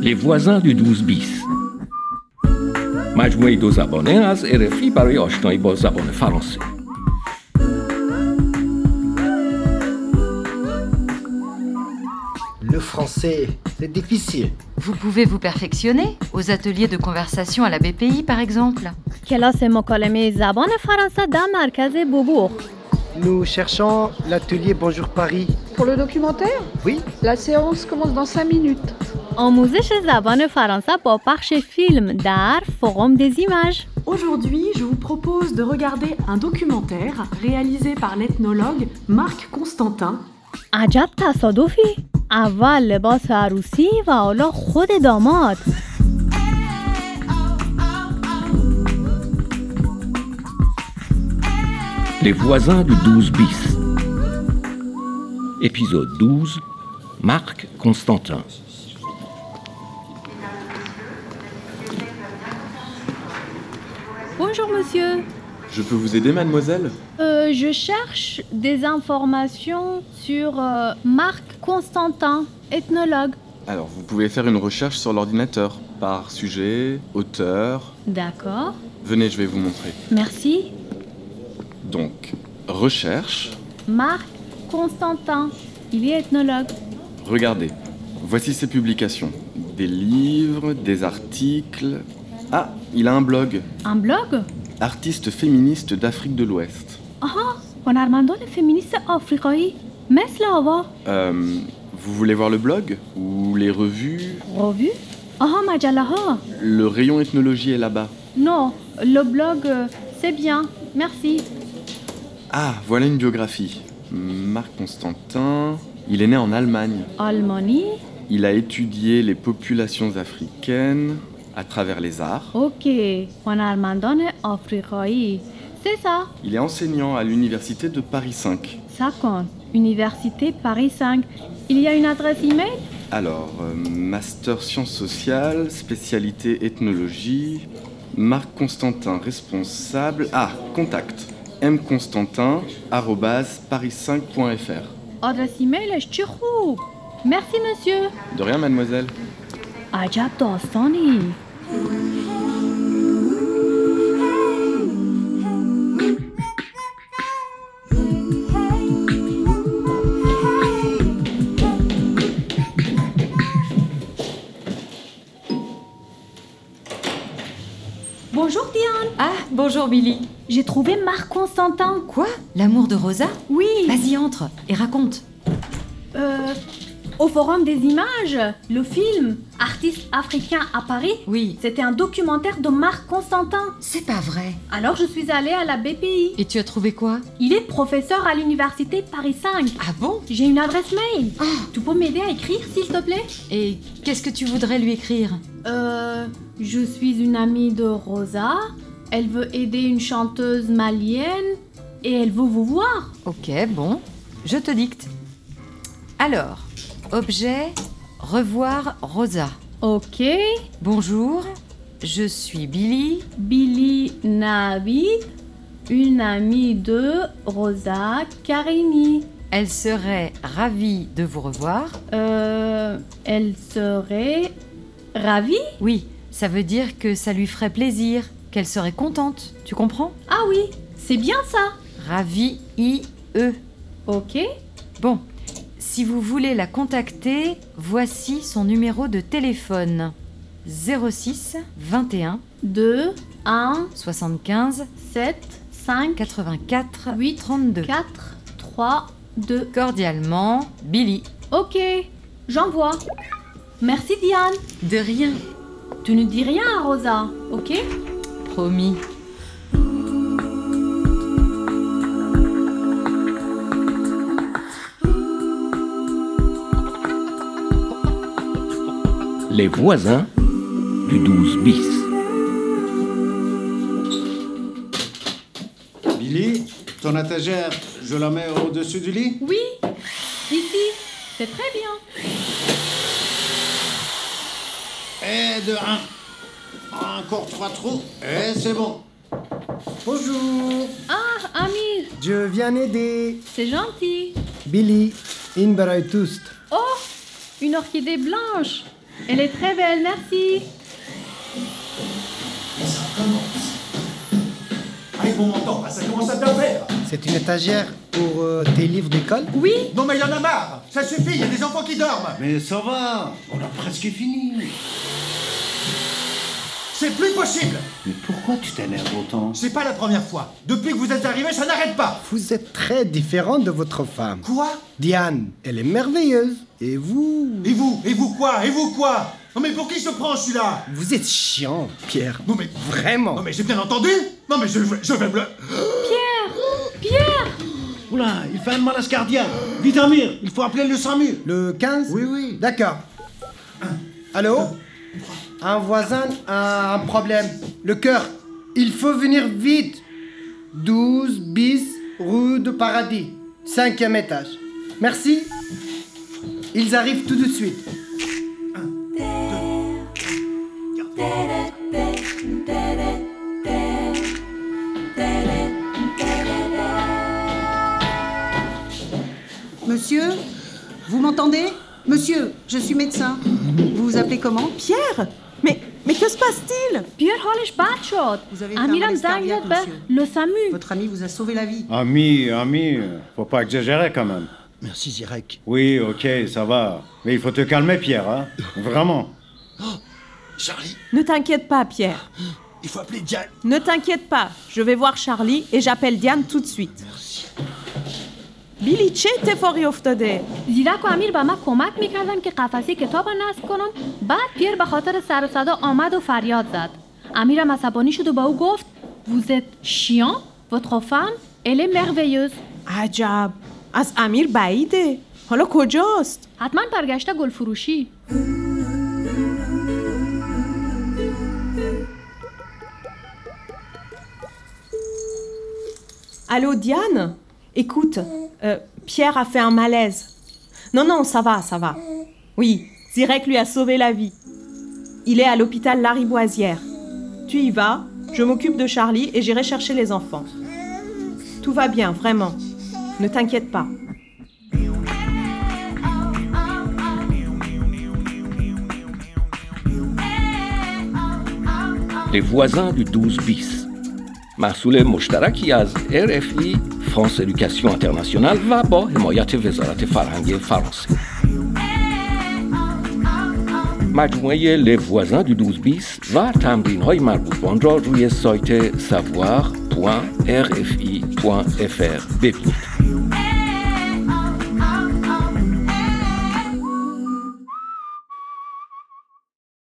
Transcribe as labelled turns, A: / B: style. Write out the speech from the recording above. A: les voisins du 12 بیست مجموعه دو زبانه از RFI برای آشنایی با زبان فرانسه
B: Le français, c'est difficile.
C: Vous pouvez vous perfectionner aux ateliers de conversation à la BPI par exemple.
D: کلاس مکالمه زبان فرانسه در مرکز بوبوخ
B: Nous cherchons l'atelier Bonjour Paris.
E: Pour le documentaire,
B: Oui,
E: la séance commence dans 5 minutes.
D: آموزش زبان فرانسه با پخش فیلم در فوروم دزیمج
F: Aujourd'hui, je vous propose de regarder un documentaire réalisé par l'ethnologue Marc Constantin.
D: عجب تصادفی اول لباس عروسی و حالا خود داماد
A: Les voisins du 12 bis. Épisode 12. Marc Constantin.
D: Bonjour monsieur
G: Je peux vous aider, mademoiselle
D: Euh, je cherche des informations sur euh, Marc Constantin, ethnologue.
G: Alors, vous pouvez faire une recherche sur l'ordinateur, par sujet, auteur.
D: D'accord,
G: Venez, je vais vous montrer.
D: merci.
G: Donc, recherche,
D: Marc Constantin, il est ethnologue.
G: regardez. Voici ses publications. Des livres, des articles. Ah, il a un blog.
D: Un blog
G: Artiste féministe d'Afrique de l'Ouest.
D: آها هنرمندان فمینیست آفریقایی مثل آوا
G: Euh, vous voulez voir le blog Ou les revues
D: رووی آها مجله ها
G: Le rayon ethnologie est là-bas.
D: نو لو بلاگ سه بیان مرسی
G: Ah, voilà une biographie. Marc Constantin. Il est né en Allemagne.
D: آلمانی
G: Il a étudié les populations africaines à travers les arts.
D: اوکی هنرمندان آفریقایی سه سا
G: Il est enseignant à l'université de Paris 5.
D: ساکن Université Paris 5 Il y a une adresse email
G: Alors, euh, master sciences sociales, spécialité ethnologie. Marc Constantin, responsable. Ah, contact. mconstantin.paris5.fr.
D: آدرس ایمیلش چه خوب مرسی مسیو
G: De rien, mademoiselle.
D: عجب داستانی Bonjour Diane,
C: Ah, bonjour Billy.
D: j'ai trouvé Marc Constantin.
C: Quoi L'amour de Rosa
D: Oui,
C: Vas-y, entre et raconte.
D: euh, au Forum des images, le film Artiste africain à Paris,
C: Oui.
D: c'était un documentaire de Marc Constantin.
C: C'est pas vrai.
D: Alors je suis allée à la BPI.
C: Et tu as trouvé quoi
D: Il est professeur à l'université Paris 5.
C: Ah bon
D: J'ai une adresse mail. Tu peux m'aider à écrire, s'il te plaît
C: Et qu'est-ce que tu voudrais lui écrire
D: Euh, je suis une amie de Rosa. Elle veut aider une chanteuse malienne et elle veut vous voir.
C: Ok, bon. Je te dicte. Alors, objet, revoir Rosa.
D: Ok,
C: Bonjour, je suis Billy.
D: Billy Navid, une amie de Rosa Carini.
C: Elle serait ravie de vous revoir.
D: Euh, elle serait ravie
C: Oui, ça veut dire que ça lui ferait plaisir, qu'elle serait contente. Tu comprends
D: Ah oui, c'est bien ça.
C: Ravie, I, E.
D: Ok,
C: Bon, si vous voulez la contacter, voici son numéro de téléphone 06 21
D: 2, 1,
C: 75
D: 7, 5,
C: 84
D: 8,
C: 32.
D: 4, 3, 2.
C: Cordialement, Billy.
D: Ok, j'envoie. Merci Diane.
C: De rien,
D: Tu ne dis rien à Rosa, ok
C: promis.
A: Les voisins du 12 bis.
H: Billy, ton étagère, je la mets au-dessus du lit
D: Oui, ici, c'est très bien.
H: Et de un. Encore trois trous. Et c'est bon.
B: Bonjour,
D: Ah, Amil,
B: je viens aider.
D: c'est gentil.
B: Billy, in برای توست.
D: Une orchidée blanche. Elle est très belle, merci.
H: Et ça commence. Allez, bon m'entend, ça commence à bien faire.
B: C'est une étagère pour euh, tes livres d'école
D: Oui,
H: Non mais il y en a marre, ça suffit, il y a des enfants qui dorment.
I: Mais ça va, on a presque fini.
H: C'est plus possible.
I: Mais pourquoi tu t'énerves autant
H: C'est pas la première fois. Depuis que vous êtes arrivés, ça n'arrête pas.
B: Vous êtes très différent de votre femme.
H: Quoi
B: Diane, elle est merveilleuse. Et vous
H: Et vous Et vous quoi Et vous quoi Non mais pour qui se prend celui-là
B: Vous êtes chiant, Pierre.
H: Non mais
B: Vraiment.
H: Non mais j'ai bien entendu Non mais je, je vais me le...
I: Oula, il fait un malaise cardiaque. Vite Amir, il faut appeler le SAMU.
B: Le 15
I: Oui, oui.
B: D'accord. Allô Un voisin a un problème. Le cœur. Il faut venir vite. 12 bis rue de Paradis. Cinquième étage. Merci. Ils arrivent tout de suite.
J: Monsieur, vous m'entendez Monsieur, je suis médecin. Vous vous appelez comment
F: Pierre Mais, mais que se passe-t-il
D: Pierre Hollish Batshot.
J: Vous avez fait un
D: Amiram
J: malaise cardiaque,
D: Zagrebbe,
J: monsieur.
D: le SAMU.
J: Votre ami vous a sauvé la vie.
I: Ami, ami, faut pas exagérer quand même.
B: Merci Zirek.
I: Oui, ok, ça va. Mais il faut te calmer, Pierre, hein. Vraiment.
H: Charlie,
K: Ne t'inquiète pas, Pierre.
H: il faut appeler Diane.
K: Ne t'inquiète pas. Je vais voir Charlie et j'appelle Diane tout de suite. Billy, چه اتفاقی افتاده؟
D: زیرا و امیر به من کمک میکردن که قفسه کتاب رو نصب کنن بعد پیر به خاطر سر و صدا آمد و فریاد زد امیرم عصبانی شد و به او گفت وزت شیان votre femme elle est merveilleuse
K: عجب. از امیر بعیده. حالا کجاست؟
D: حتما برگشته گل فروشی
K: Allô, Diane Écoute, euh, Pierre a fait un malaise. Non, non, ça va, ça va. Oui, Zirek lui a sauvé la vie. Il est à l'hôpital Lariboisière. Tu y vas, je m'occupe de Charlie et j'irai chercher les enfants. Tout va bien, vraiment. Ne t'inquiète pas.
A: Les voisins du 12 bis. مسئول مشترکی از RFI فرانس ادوکاسیون اینترنشنال و با حمایت وزارت فرهنگ فرانسه مجموعه لوازن دو دوز بیس و تمرین های مربوط به آن را روی سایت savoir.rfi.fr ببینید